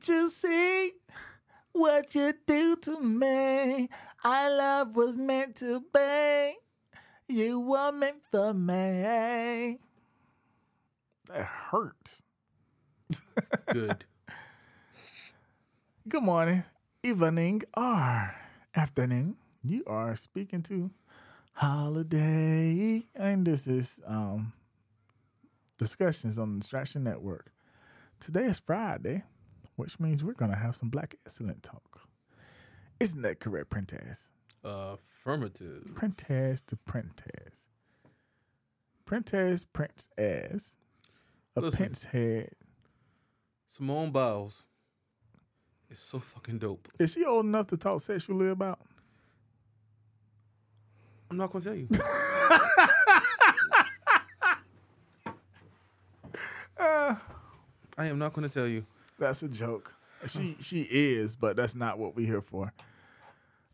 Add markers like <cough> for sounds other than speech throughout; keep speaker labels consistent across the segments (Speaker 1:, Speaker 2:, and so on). Speaker 1: see what you do to me. Our love was meant to be. You were meant for me. That hurt.
Speaker 2: Good.
Speaker 1: Good morning, evening, or afternoon. You are speaking to Holiday, and this is um discussions on the Distraction Network. Today is Friday, which means we're gonna have some Black Excellent talk. Isn't that correct, Printaz?
Speaker 2: uh, Affirmative.
Speaker 1: Printaz to Printaz. Printaz prints as a
Speaker 2: Listen.
Speaker 1: pence head.
Speaker 2: Simone Biles is so fucking dope.
Speaker 1: Is she old enough to talk sexually about?
Speaker 2: I'm not gonna tell you. I am not gonna tell you.
Speaker 1: That's a joke. She she is, but that's not what we're here for.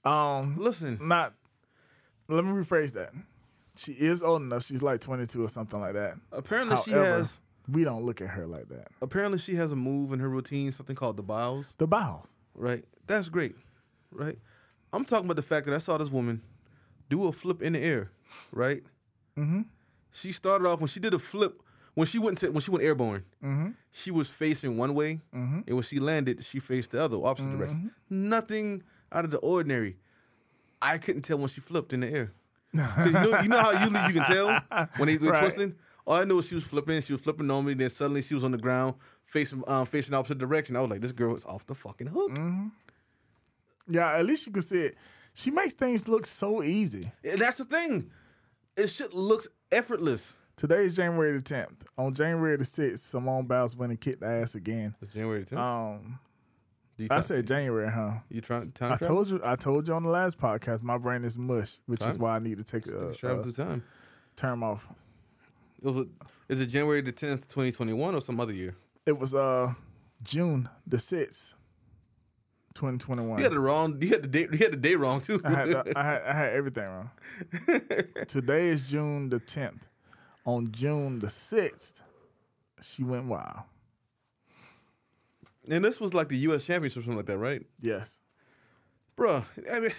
Speaker 1: Um,
Speaker 2: Listen,
Speaker 1: not. Let me rephrase that. She is old enough. She's like twenty two or something like that.
Speaker 2: apparently she
Speaker 1: However,
Speaker 2: has
Speaker 1: we don't look at her like that.
Speaker 2: apparently she has a move in her routine, something called the Biles.
Speaker 1: The bowels.
Speaker 2: Right. That's great. Right. I'm talking about the fact that I saw this woman do a flip in the air. Right.
Speaker 1: Mm-hmm.
Speaker 2: She started off when she did a flip when she went to when she went airborne.
Speaker 1: Mhm.
Speaker 2: She was facing one way,
Speaker 1: Mhm.
Speaker 2: and when she landed, she faced the other opposite
Speaker 1: Mm-hmm.
Speaker 2: direction. Nothing out of the ordinary. I couldn't tell when she flipped in the air. 'Cause You know, you know how usually you can tell when they
Speaker 1: <laughs>
Speaker 2: they're
Speaker 1: Right.
Speaker 2: twisting. All I knew was she was flipping. She was flipping normally. Then suddenly she was on the ground, facing um, facing the opposite direction. I was like, this girl is off the fucking hook.
Speaker 1: Yeah, at least you could see it. She makes things look so easy.
Speaker 2: And that's the thing. It shit looks effortless.
Speaker 1: Today is January the tenth. On January the sixth, Simone Biles went and kicked the ass again.
Speaker 2: It's January 10th.
Speaker 1: Um,
Speaker 2: Do you
Speaker 1: I
Speaker 2: try-
Speaker 1: said January, huh?
Speaker 2: you trying
Speaker 1: I
Speaker 2: time travel?
Speaker 1: told you. I told you on the last podcast. My brain is mush, which is
Speaker 2: Time?
Speaker 1: why I need to take a,
Speaker 2: travel
Speaker 1: a
Speaker 2: through time.
Speaker 1: term off.
Speaker 2: It was is it January the tenth, twenty twenty one, or some other year?
Speaker 1: It was uh June the sixth, twenty twenty one.
Speaker 2: You had the wrong. You had the day. You had the day wrong too.
Speaker 1: I had, I had I had everything
Speaker 2: <laughs>
Speaker 1: wrong. Today is June the tenth. On June the sixth, she went wild.
Speaker 2: and this was like the U.S. Championship, or something like that, right,
Speaker 1: Yes,
Speaker 2: Bruh, I mean,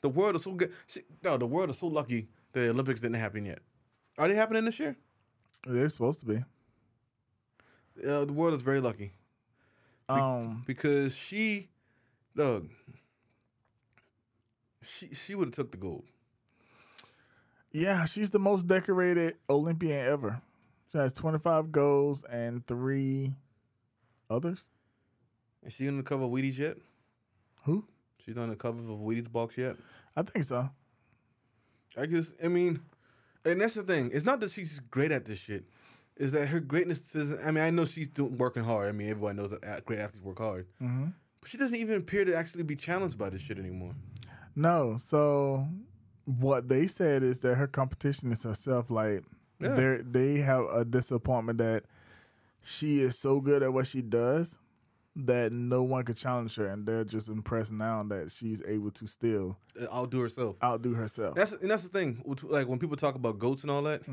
Speaker 2: the world is so good. Shit, No, the world is so lucky that the Olympics didn't happen yet. Are they happening this year?
Speaker 1: they're supposed to be.
Speaker 2: Uh, the world is very lucky
Speaker 1: Um,
Speaker 2: because she, dog, she she would have took the gold.
Speaker 1: yeah, she's the most decorated Olympian ever. She has twenty five goals and three others.
Speaker 2: Is she on the cover of Wheaties yet?
Speaker 1: Who?
Speaker 2: She's on the cover of Wheaties box yet?
Speaker 1: I think so.
Speaker 2: I guess I mean, and that's the thing. It's not that she's great at this shit. Is that her greatness isn't? I mean, I know she's doing, working hard. I mean, everyone knows that at- great athletes work hard.
Speaker 1: Mm-hmm.
Speaker 2: But she doesn't even appear to actually be challenged by this shit anymore.
Speaker 1: No. So what they said is that her competition is herself. Like
Speaker 2: Yeah.
Speaker 1: they they have a disappointment that she is so good at what she does that no one could challenge her, and they're just impressed now that she's able to still
Speaker 2: Uh, Outdo herself.
Speaker 1: outdo herself.
Speaker 2: That's and that's the thing. with- Like when people talk about goats and all that,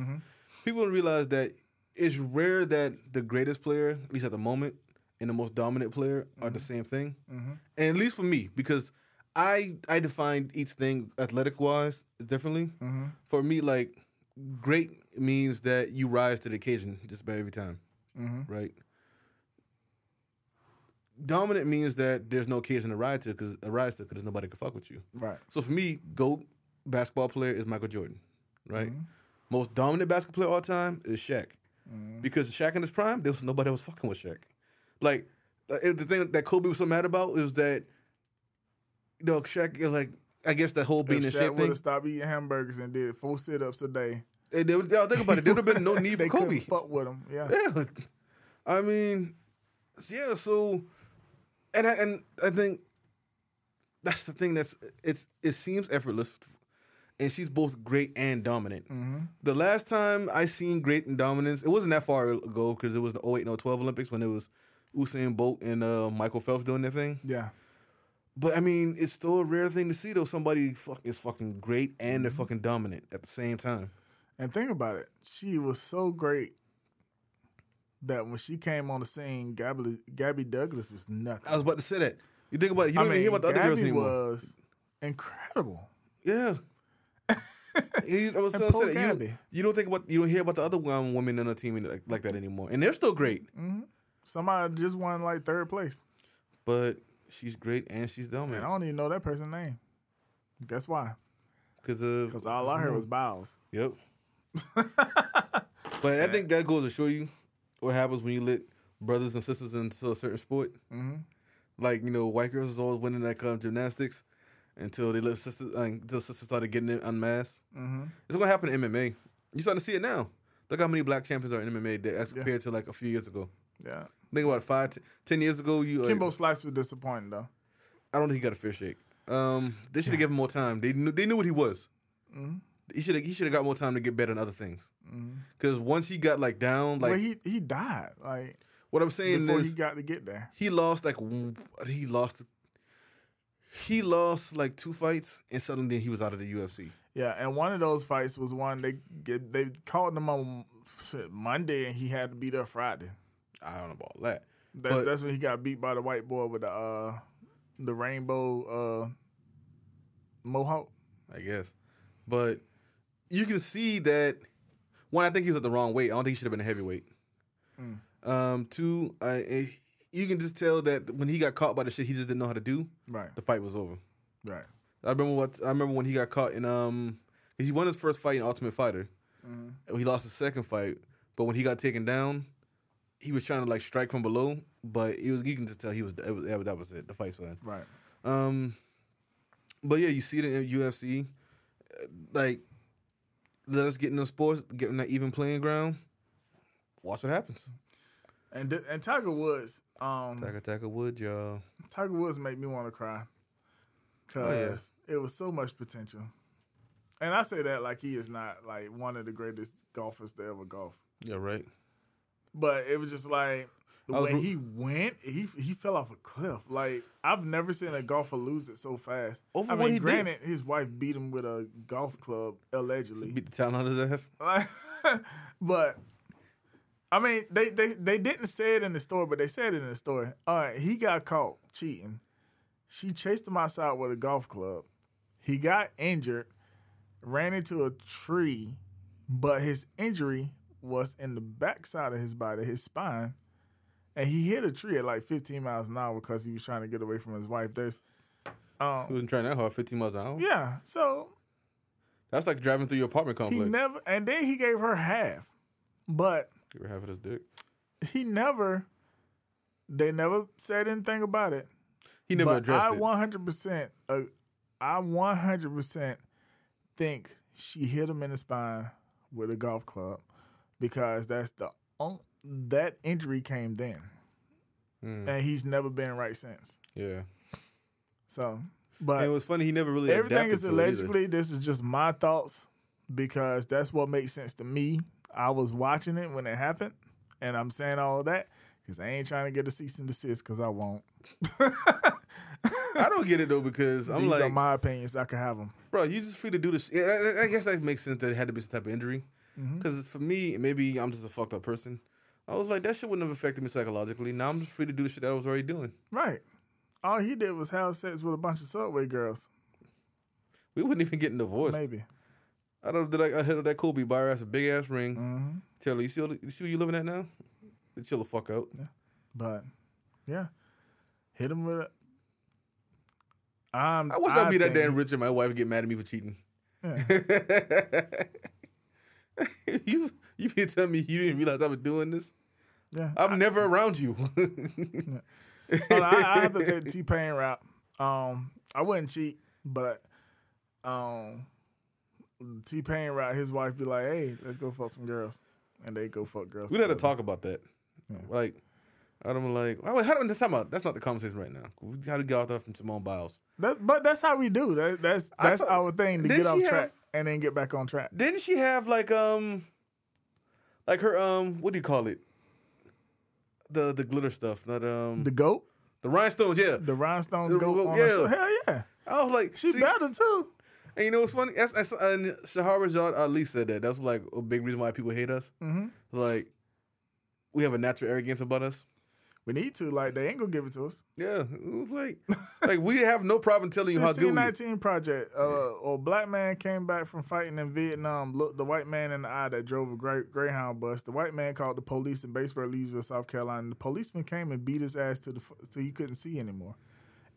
Speaker 2: people don't realize that it's rare that the greatest player, at least at the moment, and the most dominant player are the same thing.
Speaker 1: Mm-hmm,
Speaker 2: And at least for me, because I I define each thing athletic wise differently.
Speaker 1: mm-hmm,
Speaker 2: For me, like great means that you rise to the occasion just about every time,
Speaker 1: mm-hmm.
Speaker 2: right? Dominant means that there's no occasion to rise to because rise to because nobody can fuck with you.
Speaker 1: Right.
Speaker 2: So for me, GOAT basketball player is Michael Jordan, right?
Speaker 1: Mm-hmm.
Speaker 2: Most dominant basketball player of all time is Shaq.
Speaker 1: Mm-hmm.
Speaker 2: Because Shaq in his prime, there was nobody that was fucking with Shaq. Like, uh, it- the thing that Kobe was so mad about is that, you know, Shaq, you know, like, I guess that whole being
Speaker 1: if
Speaker 2: in
Speaker 1: Shaq
Speaker 2: shape
Speaker 1: would
Speaker 2: thing.
Speaker 1: have stopped eating hamburgers and did four sit ups a day,
Speaker 2: And they, would- y'all think about it. There would have
Speaker 1: <laughs>
Speaker 2: been no need for
Speaker 1: they couldn't
Speaker 2: Kobe.
Speaker 1: fuck with him. Yeah.
Speaker 2: Yeah. I mean, yeah, so and I, and I think that's the thing that's it's it seems effortless and she's both great and dominant. The last time I seen great and dominance, it wasn't that far ago cuz it was the 08 and 012 Olympics when it was Usain Bolt and uh, Michael Phelps doing their thing.
Speaker 1: Yeah.
Speaker 2: But I mean, it's still a rare thing to see though somebody fuck is fucking great and they're fucking dominant at the same time.
Speaker 1: And think about it. She was so great that when she came on the scene, Gabby, Gabby Douglas was nothing.
Speaker 2: I was about to say that. You think about it, Oh, you don't even hear about the other girls
Speaker 1: Gabby
Speaker 2: anymore.
Speaker 1: was incredible. <laughs>
Speaker 2: Yeah. You- I was
Speaker 1: And
Speaker 2: gonna say
Speaker 1: Paul
Speaker 2: that. You,
Speaker 1: Candy.
Speaker 2: don't- you don't think about you don't hear about the other um, women on the team like, like that anymore, and they're still great.
Speaker 1: Mm. Somebody just won like third place.
Speaker 2: But she's great and she's dumb
Speaker 1: And I don't even know that person's name. Guess why?
Speaker 2: because of
Speaker 1: Because all I
Speaker 2: Mm-hmm.
Speaker 1: heard was Biles. <laughs>
Speaker 2: Yep. but I think that goes to show you what happens when you let brothers and sisters into a certain sport. Mm-hmm. Like you know, white girls is always winning that kind of gymnastics until they let sisters uh, until sisters started getting it unmasked. Mm-hmm. It's gonna happen in MMA. You starting to see it now. Look how many black champions are in MMA that- as compared to like a few years ago.
Speaker 1: Yeah.
Speaker 2: Think about it, five, t- ten years ago. You, like,
Speaker 1: Kimbo Slice was disappointing though.
Speaker 2: I don't think he got a fair shake. Um, they should have given him more time. They knew they knew what he was.
Speaker 1: Mm-hmm.
Speaker 2: He should he should have got more time to get better in other things. Because once he got like down, like
Speaker 1: Well, Mm-hmm. he he died like
Speaker 2: what I'm saying
Speaker 1: before
Speaker 2: is,
Speaker 1: he
Speaker 2: he,
Speaker 1: got to get there.
Speaker 2: lost like w- he lost he lost like two fights, and suddenly he was out of the UFC.
Speaker 1: Yeah, and one of those fights was one they get, they called him on shit, Monday and he had to be there Friday.
Speaker 2: I don't know about all that.
Speaker 1: That's
Speaker 2: But-
Speaker 1: that's when he got beat by the white boy with the uh the rainbow uh mohawk.
Speaker 2: I guess, but you can see that one. I think he was at the wrong weight. I don't think he should have been a heavyweight. Um, two, I, eh, you can just tell that when he got caught by the shit he just didn't know how to do.
Speaker 1: Right.
Speaker 2: the fight was over.
Speaker 1: Right.
Speaker 2: I remember what I remember when he got caught in um 'cause he won his first fight in Ultimate Fighter. He lost his second fight, but when he got taken down, he was trying to like strike from below, but it was you can just tell he was, it was that was it. The fight's done.
Speaker 1: Right.
Speaker 2: Um, but yeah, you see it in UFC. uh, Like, let us get in the sports, get in that even playing ground. Watch what happens.
Speaker 1: And th- and Tiger Woods um
Speaker 2: Taka Taka Wood, y'all.
Speaker 1: Tiger Woods made me want to cry because it was so much potential. And I say that like he is not like one of the greatest golfers to ever golf,
Speaker 2: Yeah, right.
Speaker 1: but it was just like the
Speaker 2: I was
Speaker 1: way
Speaker 2: root-
Speaker 1: he went, he he fell off a cliff. Like I've never seen a golfer lose it so fast.
Speaker 2: Over
Speaker 1: I
Speaker 2: what
Speaker 1: mean,
Speaker 2: he did.
Speaker 1: granted, his wife beat him with a golf club allegedly,
Speaker 2: Beat the town out of his ass.
Speaker 1: Like, <laughs> but I mean, they, they they didn't say it in the story, but they said it in the story. All right, he got caught cheating. She chased him outside with a golf club. He got injured, ran into a tree, but his injury was in the backside of his body, his spine, and he hit a tree at like 15 miles an hour because he was trying to get away from his wife. There's, um,
Speaker 2: He wasn't trying that hard. Fifteen miles an hour.
Speaker 1: yeah, so
Speaker 2: That's like driving through your apartment
Speaker 1: he
Speaker 2: complex.
Speaker 1: never, and then he gave her half, but.
Speaker 2: Give her half of this dick.
Speaker 1: he never they never said anything about it.
Speaker 2: He never
Speaker 1: but
Speaker 2: addressed
Speaker 1: I
Speaker 2: it.
Speaker 1: 100% uh, I 100% think she hit him in the spine with a golf club because that's the on, that injury came then.
Speaker 2: Mm.
Speaker 1: And he's never been right since.
Speaker 2: yeah.
Speaker 1: So,
Speaker 2: And it
Speaker 1: but
Speaker 2: was funny. He never really
Speaker 1: everything
Speaker 2: adapted
Speaker 1: is
Speaker 2: to it either.
Speaker 1: allegedly this is just my thoughts because that's what makes sense to me. I was watching it when it happened and I'm saying all that because I ain't trying to get a cease and desist because I won't.
Speaker 2: I don't get it though because I'm
Speaker 1: These are
Speaker 2: like,
Speaker 1: my opinions. I could have them.
Speaker 2: bro, you just free to do this. Yeah, I- I, I guess that makes sense that it had to be some type of injury.
Speaker 1: Mm-hmm.
Speaker 2: Because for me, maybe I'm just a fucked up person. I was like, that shit wouldn't have affected me psychologically. Now I'm just free to do the shit that I was already doing.
Speaker 1: Right. All he did was have sex with a bunch of Subway girls.
Speaker 2: We wouldn't even get divorced.
Speaker 1: Maybe.
Speaker 2: I don't. Did I, I hit up that Kobe? Buy her ass a big ass ring.
Speaker 1: Mm. Mm-hmm.
Speaker 2: Tell her you see, all the- you see where you living at now? Chill the fuck out.
Speaker 1: But yeah. Hit him with a I'm,
Speaker 2: I wish I'd be that
Speaker 1: think-
Speaker 2: damn rich and my wife would get mad at me for cheating. <laughs> you you been telling me you didn't realize I was doing this?
Speaker 1: Yeah.
Speaker 2: I'm never around you. <laughs>
Speaker 1: Hold on, I, I have to take the T Pain route. Um, I wouldn't cheat, but um, T Pain route. His wife be like, "Hey, let's go fuck some girls," and they go fuck girls.
Speaker 2: we had to
Speaker 1: together.
Speaker 2: talk about that. Like I'm like, oh, wait, how do we talk about? That's not the conversation right now. We got to get off that from Simone Biles.
Speaker 1: That, but that's how we do. That, that's
Speaker 2: I
Speaker 1: that's
Speaker 2: thought-
Speaker 1: our thing to
Speaker 2: didn't
Speaker 1: get off
Speaker 2: she
Speaker 1: track
Speaker 2: have-
Speaker 1: and then get back on track.
Speaker 2: Didn't she have like um, like her um, what do you call it? The the glitter stuff, not um,
Speaker 1: The
Speaker 2: the,
Speaker 1: goat,
Speaker 2: rhinestones. Yeah,
Speaker 1: the rhinestones
Speaker 2: The
Speaker 1: goat.
Speaker 2: goat,
Speaker 1: On yeah,
Speaker 2: yeah.
Speaker 1: hell yeah,
Speaker 2: I was like,
Speaker 1: she
Speaker 2: see-
Speaker 1: better too.
Speaker 2: And you know what's funny? That's, that's and Shahar Rajad Ali said that. That's like a big reason why people hate us. Mm-hmm. Like, we have a natural arrogance about us.
Speaker 1: We need to. Like, they ain't gonna give it to us.
Speaker 2: Yeah, it was
Speaker 1: <laughs>
Speaker 2: like like we have no problem telling you how good we.
Speaker 1: 1619 Project. Uh, Or black man came back from fighting in Vietnam, looked the white man in the eye that drove a gre- Greyhound bus. The white man called the police in Batesburg, Leesville, South Carolina. The policeman came and beat his ass to the f- till you couldn't see anymore,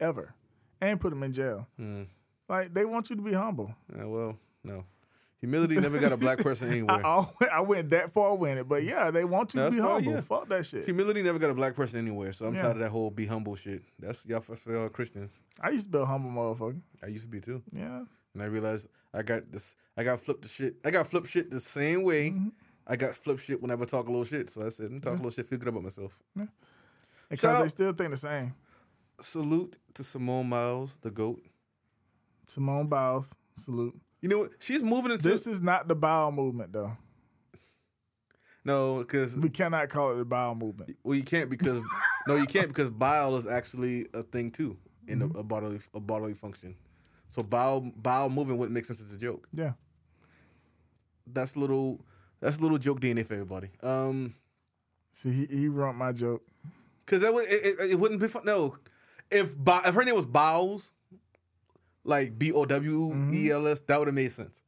Speaker 1: ever, and put him in jail.
Speaker 2: Hmm.
Speaker 1: Like they want you to be humble.
Speaker 2: Yeah, Uh, well, no, humility never got a
Speaker 1: <laughs>
Speaker 2: black person
Speaker 1: I,
Speaker 2: anywhere.
Speaker 1: al- I went that far with it, but yeah, they want you
Speaker 2: That's
Speaker 1: to be
Speaker 2: fine,
Speaker 1: humble.
Speaker 2: yeah.
Speaker 1: Fuck that shit.
Speaker 2: Humility never got a black person anywhere, so I'm
Speaker 1: Yeah.
Speaker 2: tired of that whole be humble shit. That's y'all for for y'all Christians.
Speaker 1: I used to be a humble motherfucker.
Speaker 2: I used to be too,
Speaker 1: Yeah,
Speaker 2: and I realized I got this. I got flipped the shit. I got flipped shit the same way.
Speaker 1: Mm-hmm.
Speaker 2: I got flipped shit whenever I talk a little shit. So I said, "Let me talk a little shit. Feel good about myself."
Speaker 1: because
Speaker 2: Shout
Speaker 1: they
Speaker 2: out-
Speaker 1: still think the same.
Speaker 2: Salute to Simone Miles, the goat.
Speaker 1: Simone Biles, salute.
Speaker 2: You know what? She's moving into
Speaker 1: This is not the bowel movement, though.
Speaker 2: no, because
Speaker 1: We cannot call it the bowel movement.
Speaker 2: well, you can't because no, you can't because bile is actually a thing too in a, a bodily a bodily function. So bile bile moving wouldn't make sense as a joke.
Speaker 1: Yeah.
Speaker 2: That's little that's little joke DNA for everybody. Um,
Speaker 1: See, he, he ruined my joke.
Speaker 2: because that would it, it, it wouldn't be fun. No, if bi- if her name was Biles, like B O W E L S, that would have made sense.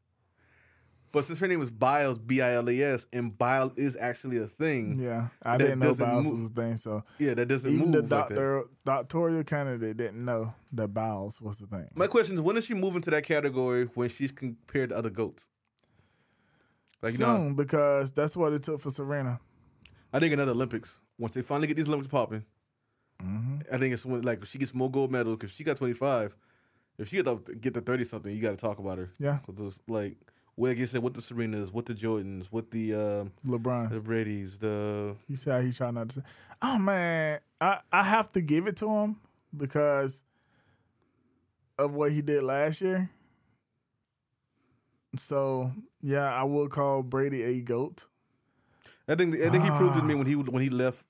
Speaker 2: But since her name was Biles, B I L E S, and bile is actually a thing.
Speaker 1: Yeah. I
Speaker 2: That
Speaker 1: didn't know
Speaker 2: doesn't
Speaker 1: bowels
Speaker 2: move.
Speaker 1: was a thing, so
Speaker 2: Yeah, that doesn't
Speaker 1: even
Speaker 2: move
Speaker 1: the
Speaker 2: like that.
Speaker 1: doctor, doctoral candidate didn't know that bowels was the thing.
Speaker 2: My question is, when does she move into that category when she's compared to other goats? Like, you
Speaker 1: Soon,
Speaker 2: know,
Speaker 1: because that's what it took for Serena.
Speaker 2: I think another Olympics. Once they finally get these Olympics popping, I think it's when like she gets more gold medals because she got twenty five. If she get up get to thirty something, you got to talk about her.
Speaker 1: Yeah.
Speaker 2: 'Cause those, like, what like you said, what the Serenas, what the Jordans, what the um
Speaker 1: LeBron.
Speaker 2: the Brady's, the
Speaker 1: You see how he tried not to say, oh, man. I, I have to give it to him because of what he did last year. So, yeah, I will call Brady a GOAT.
Speaker 2: I think I think he proved it to me when he when he left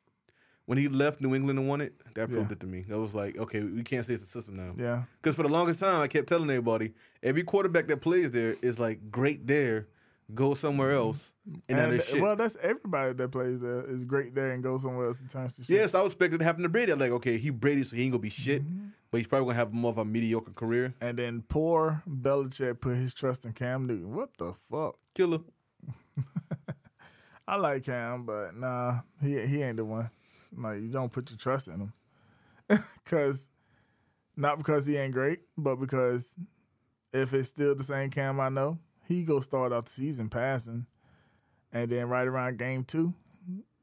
Speaker 2: when he left New England and won it. That proved
Speaker 1: Yeah.
Speaker 2: it to me. That was like, okay, we can't say it's a system now.
Speaker 1: Yeah.
Speaker 2: Because for the longest time, I kept telling everybody every quarterback that plays there is like great there, go somewhere else, and that
Speaker 1: And
Speaker 2: is
Speaker 1: th-
Speaker 2: shit.
Speaker 1: Well, that's everybody that plays there is great there and goes somewhere else and turns to shit.
Speaker 2: yes, I was expecting it to happen to Brady. I'm like, okay, he Brady, so he ain't gonna be shit,
Speaker 1: Mm-hmm.
Speaker 2: but he's probably gonna have more of a mediocre career.
Speaker 1: And then poor Belichick put his trust in Cam Newton. What the fuck?
Speaker 2: Killer.
Speaker 1: I like Cam, but nah, he he ain't the one. Like you don't put your trust in him, <laughs> cause not because he ain't great, but because if it's still the same Cam I know, he go start out the season passing, and then right around game two,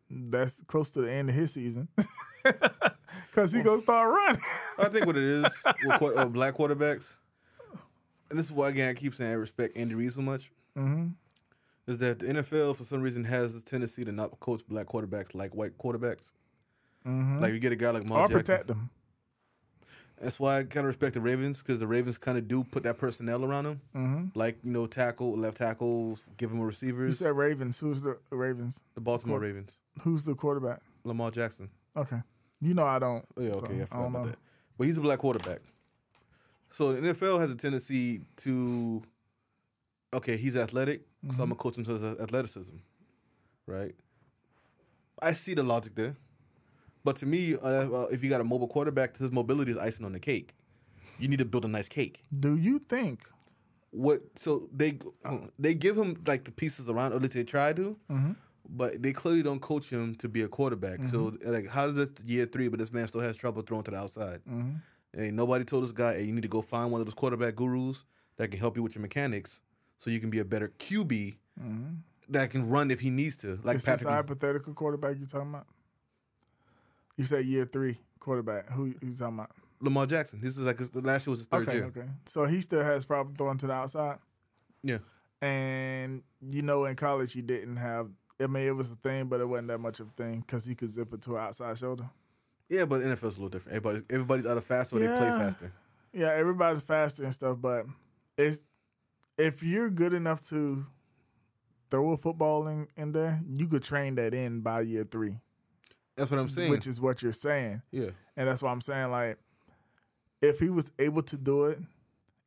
Speaker 1: that's close to the end of his season, <laughs> cause he gonna start running.
Speaker 2: I think what
Speaker 1: <laughs>
Speaker 2: it is with quar- uh, black quarterbacks, and this is why again I keep saying I respect Andy Reid so much,
Speaker 1: Mm-hmm.
Speaker 2: is that the NFL for some reason has this tendency to not coach black quarterbacks like white quarterbacks. Like you get a guy like Mark
Speaker 1: Or Mm-hmm.
Speaker 2: Jackson.
Speaker 1: protect them.
Speaker 2: That's why I kind of respect the Ravens because the Ravens kind of do put that personnel around them, like you know tackle, left tackles, give him
Speaker 1: You
Speaker 2: receivers.
Speaker 1: said Ravens. Who's the Ravens?
Speaker 2: The Baltimore Ravens,
Speaker 1: Who's the quarterback?
Speaker 2: Lamar Jackson.
Speaker 1: Okay. You know I don't.
Speaker 2: Oh, yeah,
Speaker 1: so
Speaker 2: okay, I forgot
Speaker 1: don't
Speaker 2: about
Speaker 1: know.
Speaker 2: that. But he's a black quarterback. So the NFL has a tendency to, okay, he's athletic, so I'm gonna coach him to his athleticism, right? I see the logic there, but to me, uh, uh, if you got a mobile quarterback, his mobility is icing on the cake. You need to build a nice cake.
Speaker 1: Do you think?
Speaker 2: what so they um, they give him like the pieces around or at least they try to
Speaker 1: Mm-hmm.
Speaker 2: but they clearly don't coach him to be a quarterback so
Speaker 1: Mm-hmm.
Speaker 2: like how does it year three but this man still has trouble throwing to the outside
Speaker 1: Mm-hmm.
Speaker 2: and nobody told this guy hey you need to go find one of those quarterback gurus that can help you with your mechanics so you can be a better qb that can run if he needs to
Speaker 1: mm-hmm,
Speaker 2: like
Speaker 1: Is this a
Speaker 2: patrick
Speaker 1: hypothetical quarterback you talking about? You said year three quarterback. Who you talking about?
Speaker 2: lamar jackson this is like his, the last year was his third
Speaker 1: Okay,
Speaker 2: year
Speaker 1: okay. So he still has problem throwing to the outside,
Speaker 2: yeah
Speaker 1: and you know in college he didn't have. I mean, it was a thing, but it wasn't that much of a thing because he could zip it to an outside shoulder.
Speaker 2: yeah but nfl's a little different everybody everybody's either faster or they play
Speaker 1: Yeah.
Speaker 2: faster
Speaker 1: Yeah, everybody's faster and stuff, but it's if you're good enough to throw a football in, in there, you could train that in by year three,
Speaker 2: that's what i'm saying
Speaker 1: which is what you're saying.
Speaker 2: yeah
Speaker 1: And that's why I'm saying, like, if he was able to do it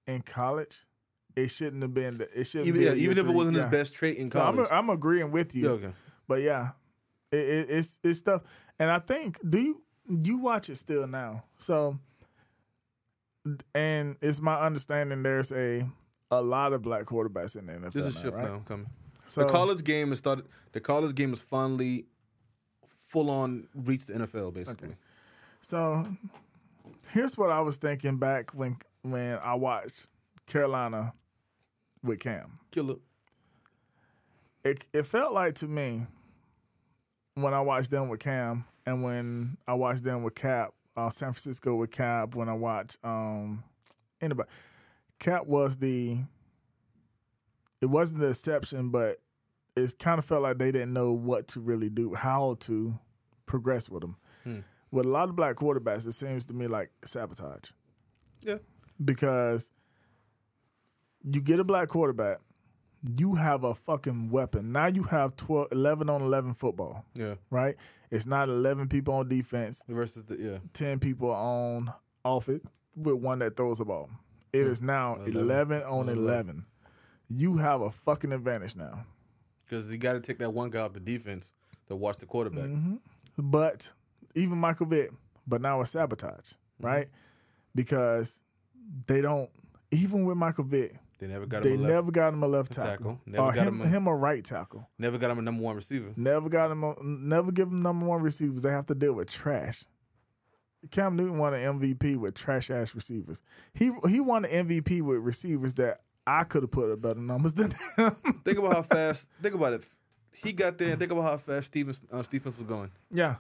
Speaker 1: in college, it shouldn't have been. The, it shouldn't
Speaker 2: even,
Speaker 1: be
Speaker 2: yeah,
Speaker 1: a year
Speaker 2: even if it
Speaker 1: three.
Speaker 2: wasn't
Speaker 1: Yeah.
Speaker 2: his best trait in
Speaker 1: So I'm,
Speaker 2: college
Speaker 1: I'm agreeing with you,
Speaker 2: Yeah, okay.
Speaker 1: but yeah, It, it, it's it's stuff, and I think do you you watch it still now? So, and it's my understanding there's a a lot of black quarterbacks in the NFL.
Speaker 2: This is
Speaker 1: now,
Speaker 2: shift
Speaker 1: right?
Speaker 2: now coming.
Speaker 1: So
Speaker 2: the college game has started. The college game has finally full on reached the NFL basically.
Speaker 1: So here's what I was thinking back when when I watched Carolina with Cam.
Speaker 2: Killer.
Speaker 1: It it felt like to me when I watched them with Cam and when I watched them with Cap, uh, San Francisco with Cap, when I watched um anybody Cap was the it wasn't the exception, but it kind of felt like they didn't know what to really do, how to progress with them.
Speaker 2: Hmm.
Speaker 1: With a lot of black quarterbacks, it seems to me like sabotage
Speaker 2: Yeah.
Speaker 1: because you get a black quarterback, you have a fucking weapon. Now you have 12, 11 on 11 football,
Speaker 2: Yeah.
Speaker 1: right? It's not 11 people on defense,
Speaker 2: Versus the yeah.
Speaker 1: 10 people on off it with one that throws the ball. It is now 11,
Speaker 2: 11.
Speaker 1: on 11.
Speaker 2: 11.
Speaker 1: You have a fucking advantage now.
Speaker 2: Because you got to take that one guy off the defense to watch the quarterback.
Speaker 1: Mm-hmm. But even Michael Vick, but now it's sabotage, right? Because they don't, even with Michael Vick,
Speaker 2: They never got him.
Speaker 1: They
Speaker 2: a left,
Speaker 1: never got him a left tackle,
Speaker 2: tackle. Never
Speaker 1: or
Speaker 2: got
Speaker 1: him,
Speaker 2: him a-
Speaker 1: him a right tackle.
Speaker 2: never got him a number one receiver.
Speaker 1: Never got him. A, never give him number one receivers. They have to deal with trash. Cam Newton won an MVP with trash ass receivers. He he won an MVP with receivers that I could have put up better numbers than him. <laughs>
Speaker 2: Think about how fast. Think about it. He got there. and Think about how fast Stevens uh, Stevens was going.
Speaker 1: yeah.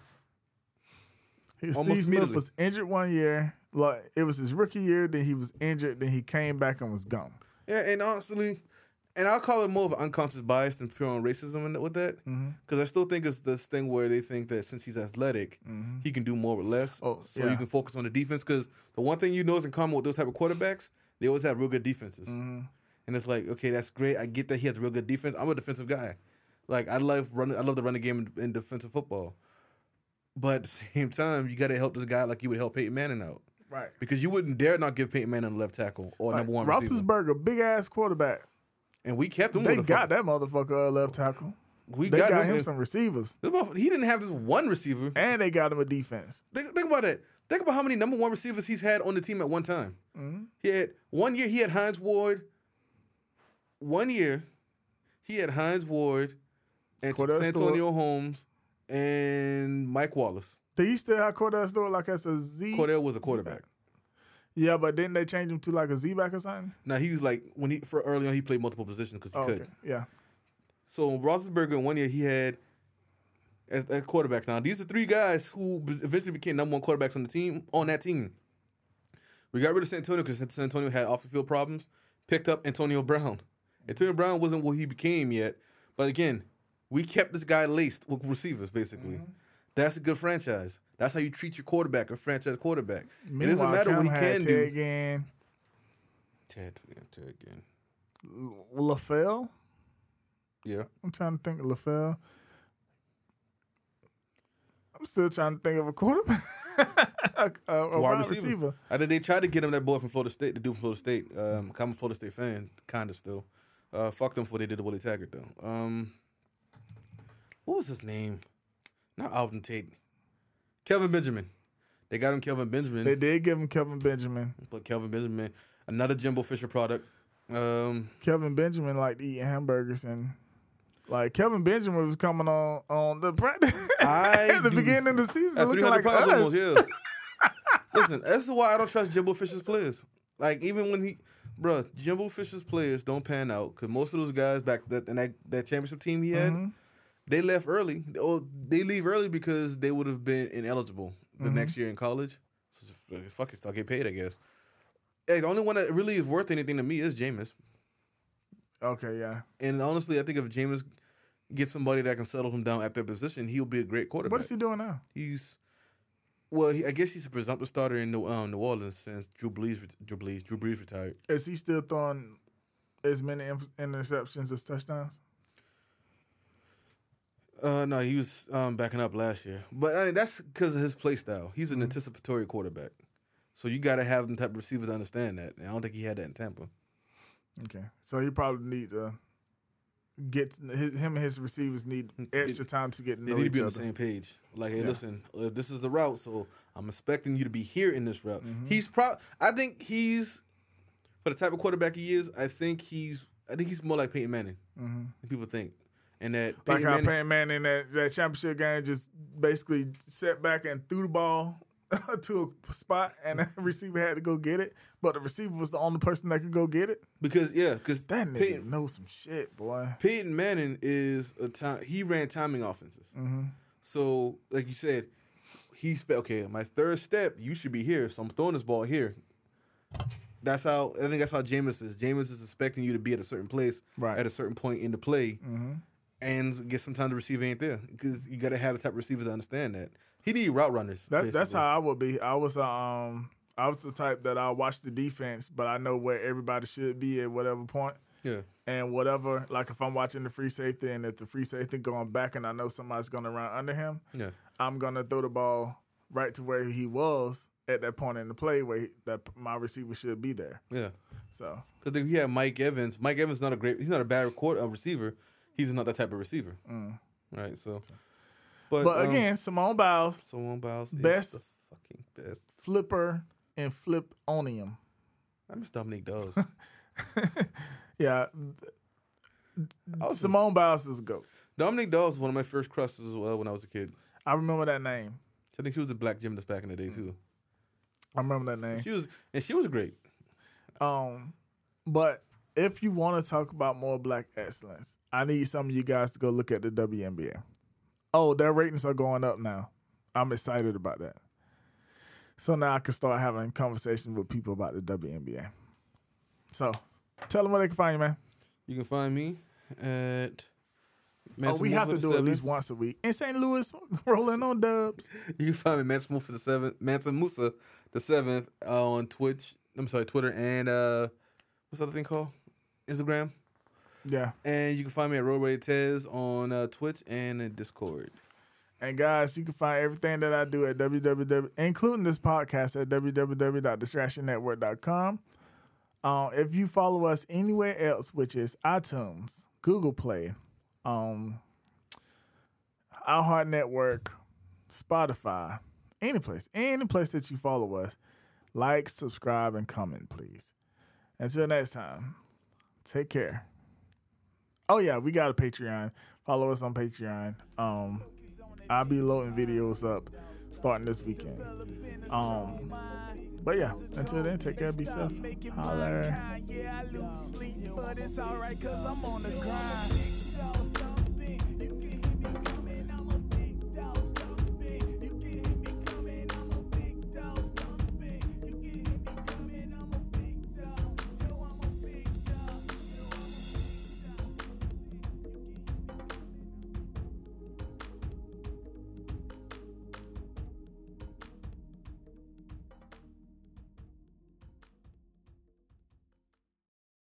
Speaker 1: He- Steve Smith
Speaker 2: immediately.
Speaker 1: was injured one year. Like it was his rookie year. Then he was injured. Then he came back and was gone.
Speaker 2: Yeah, and honestly, and I'll call it more of an unconscious bias than pure on racism and with that, because
Speaker 1: Mm-hmm.
Speaker 2: I still think it's this thing where they think that since he's athletic, he can do more with less.
Speaker 1: Mm-hmm. Oh,
Speaker 2: so
Speaker 1: yeah.
Speaker 2: you can focus on the defense. Because the one thing you know is in common with those type of quarterbacks, they always have real good defenses.
Speaker 1: Mm-hmm.
Speaker 2: And it's like, okay, that's great. I get that he has real good defense. I'm a defensive guy. Like I love running. I love the running game in, in defensive football. But at the <laughs> same time, you got to help this guy like you would help Peyton Manning out.
Speaker 1: Right.
Speaker 2: Because you wouldn't dare not give Peyton Manning a left tackle or
Speaker 1: Like,
Speaker 2: number one receiver.
Speaker 1: Roethlisberger, big ass quarterback.
Speaker 2: And we kept him.
Speaker 1: They
Speaker 2: motherfucker.
Speaker 1: got that motherfucker a left tackle.
Speaker 2: We
Speaker 1: They
Speaker 2: got,
Speaker 1: got,
Speaker 2: him.
Speaker 1: him
Speaker 2: and-
Speaker 1: some receivers,
Speaker 2: This motherfucker- he didn't have this one receiver.
Speaker 1: and they got him a defense.
Speaker 2: Think, think about that. Think about how many number one receivers he's had on the team at one time.
Speaker 1: Mm-hmm.
Speaker 2: He had one year. He had Heinz Ward. One year, he had Heinz Ward, and
Speaker 1: Cordell
Speaker 2: Santonio Holmes, and Mike Wallace.
Speaker 1: They used to have Cordell Stewart like as a Z.
Speaker 2: Cordell was a quarterback.
Speaker 1: Yeah, but didn't they change him to like a Z back or something?
Speaker 2: Now he was like when he for early on he played multiple positions because he
Speaker 1: Oh,
Speaker 2: could.
Speaker 1: okay. Yeah.
Speaker 2: So Roethlisberger in one year he had as, as quarterbacks. Now these are three guys who b- eventually became number one quarterbacks on the team on that team. We got rid of Santonio because Santonio had off the field problems. Picked up Antonio Brown. Antonio Brown wasn't what he became yet, but again, we kept this guy laced with receivers. Basically,
Speaker 1: Mm-hmm.
Speaker 2: that's a good franchise. That's how you treat your quarterback, a franchise quarterback. it doesn't
Speaker 1: Meanwhile,
Speaker 2: matter
Speaker 1: Cam
Speaker 2: what he
Speaker 1: had
Speaker 2: can
Speaker 1: Ted
Speaker 2: do.
Speaker 1: Ginn,
Speaker 2: Ted, Ted again.
Speaker 1: L- LaFell.
Speaker 2: Yeah,
Speaker 1: I'm trying to think of LaFell. I'm still trying to think of a quarterback, <laughs> a, a, a wide receiver.
Speaker 2: I think they tried to get him that boy from Florida State, the dude from Florida State. Um, I'm a Florida State fan, kind of still. Uh, fuck them before they did the Willie Taggart though. Um, what was his name? Not Alvin Tate. Kelvin Benjamin. They got him Kelvin Benjamin,
Speaker 1: They did give him Kevin Benjamin.
Speaker 2: but Kelvin Benjamin, another Jimbo Fisher product. Um,
Speaker 1: Kevin Benjamin liked eating hamburgers and like Kevin Benjamin was coming on on the practice <laughs>
Speaker 2: <laughs> I
Speaker 1: at the
Speaker 2: do-
Speaker 1: beginning of the season
Speaker 2: at
Speaker 1: looking
Speaker 2: 300
Speaker 1: like
Speaker 2: pounds
Speaker 1: us.
Speaker 2: almost, yeah.
Speaker 1: <laughs>
Speaker 2: Listen, this is why I don't trust Jimbo Fisher's players. Like, even when he, bruh, Jimbo Fisher's players don't pan out because most of those guys back that in that, that championship team he
Speaker 1: Mm-hmm.
Speaker 2: had, they left early. Or they leave early because they would have been ineligible the
Speaker 1: Mm-hmm.
Speaker 2: next year in college. So, it's- fuck it, I'll get paid, I guess. Hey, the only one that really is worth anything to me is Jameis.
Speaker 1: Okay, yeah,
Speaker 2: And honestly, I think if Jameis gets somebody that can settle him down at their position, he'll be a great quarterback.
Speaker 1: what is he doing now?
Speaker 2: He's well, he, I guess he's a presumptive starter in New, um, New Orleans since Drew Brees, ret- Drew Brees, Drew Brees retired.
Speaker 1: Is he still throwing as many inf- interceptions as touchdowns?
Speaker 2: Uh, no, he was um, backing up last year, but I mean, that's because of his play style. He's an anticipatory quarterback, so you got to have them type of receivers to understand that. And I don't think he had that in Tampa.
Speaker 1: Okay, so he probably need to gets his, him and his receivers need extra time to get to
Speaker 2: They
Speaker 1: know
Speaker 2: need to
Speaker 1: each
Speaker 2: be on
Speaker 1: other.
Speaker 2: the same page. Like, hey,
Speaker 1: Yeah.
Speaker 2: listen, uh, this is the route, so I'm expecting you to be here in this route. He's pro. I think he's for the type of quarterback he is. I think he's. I think he's more like Peyton Manning than people think, and that
Speaker 1: Like
Speaker 2: Mm-hmm. Peyton
Speaker 1: how
Speaker 2: Manning-
Speaker 1: Peyton Manning in that, that championship game just basically sat back and threw the ball <laughs> to a spot, and the <laughs> receiver had to go get it. But the receiver was the only person that could go get it.
Speaker 2: because yeah, because
Speaker 1: That nigga
Speaker 2: Peyton,
Speaker 1: knows some shit, boy.
Speaker 2: Peyton Manning is a time. He ran timing offenses.
Speaker 1: Mm-hmm.
Speaker 2: So, like you said, he spe- okay. My third step, you should be here. So I'm throwing this ball here. That's how I think. That's how Jameis is. Jameis is expecting you to be at a certain place
Speaker 1: Right. Mm-hmm.
Speaker 2: at a certain point in the play, and get some time to receive ain't there because you got to have the type of receivers that understand that. He need route runners.
Speaker 1: That, that's
Speaker 2: basically.
Speaker 1: how I would be. I was um I was the type that I watch the defense, but I know where everybody should be at whatever point.
Speaker 2: Yeah.
Speaker 1: and whatever. Like if I'm watching the free safety and if the free safety going back and I know somebody's gonna run under him,
Speaker 2: Yeah.
Speaker 1: I'm gonna throw the ball right to where he was at that point in the play where he, that my receiver should be there.
Speaker 2: Yeah.
Speaker 1: So
Speaker 2: Because we have Mike Evans. Mike Evans is not a great. He's not a bad record, uh, receiver. He's not that type of receiver. Right. So, but,
Speaker 1: Mm. but
Speaker 2: um,
Speaker 1: again, Simone Biles,
Speaker 2: someone Biles
Speaker 1: best-
Speaker 2: is the fucking best.
Speaker 1: flipper and flip onium.
Speaker 2: I miss
Speaker 1: <laughs>
Speaker 2: Dominique Dawes.
Speaker 1: Yeah.
Speaker 2: Awesome.
Speaker 1: Simone Biles is a goat.
Speaker 2: Dominique Dawes was one of my first crushes as well when I was a kid.
Speaker 1: I remember that name.
Speaker 2: I think she was a black gymnast back in the day
Speaker 1: Mm.
Speaker 2: too.
Speaker 1: I remember that name.
Speaker 2: She was and she was great.
Speaker 1: Um, but if you want to talk about more black excellence, I need some of you guys to go look at the WNBA. Oh, their ratings are going up now. I'm excited about that. So now I can start having conversations with people about the WNBA. So tell them where they can find you, man.
Speaker 2: You can find me at.
Speaker 1: Oh,
Speaker 2: Manson
Speaker 1: we
Speaker 2: Moore
Speaker 1: have
Speaker 2: for
Speaker 1: to do
Speaker 2: the
Speaker 1: it at
Speaker 2: seven.
Speaker 1: least once a week. In St. Louis, <laughs> rolling on dubs.
Speaker 2: You can find me Manson Musa the seventh, Manson Musa the seventh uh, on Twitch. I'm sorry, Twitter and uh, what's the other thing called? Instagram.
Speaker 1: Yeah.
Speaker 2: And you can find me at Roadway Tez on uh, Twitch and in Discord.
Speaker 1: And guys, you can find everything that I do at www, including this podcast at www.distractionnetwork.com. Um, if you follow us anywhere else, which is iTunes, Google Play, um, iHeart Network, Spotify, any place, any place that you follow us, like, subscribe, and comment, please. Until next time, take care. Oh yeah, we got a Patreon. Follow us on Patreon. Um, I'll be loading videos up starting this weekend. Um, but yeah, until then, take care, be safe. Holler.
Speaker 3: Yeah, I lose sleep, but it's alright cause I'm on the grind.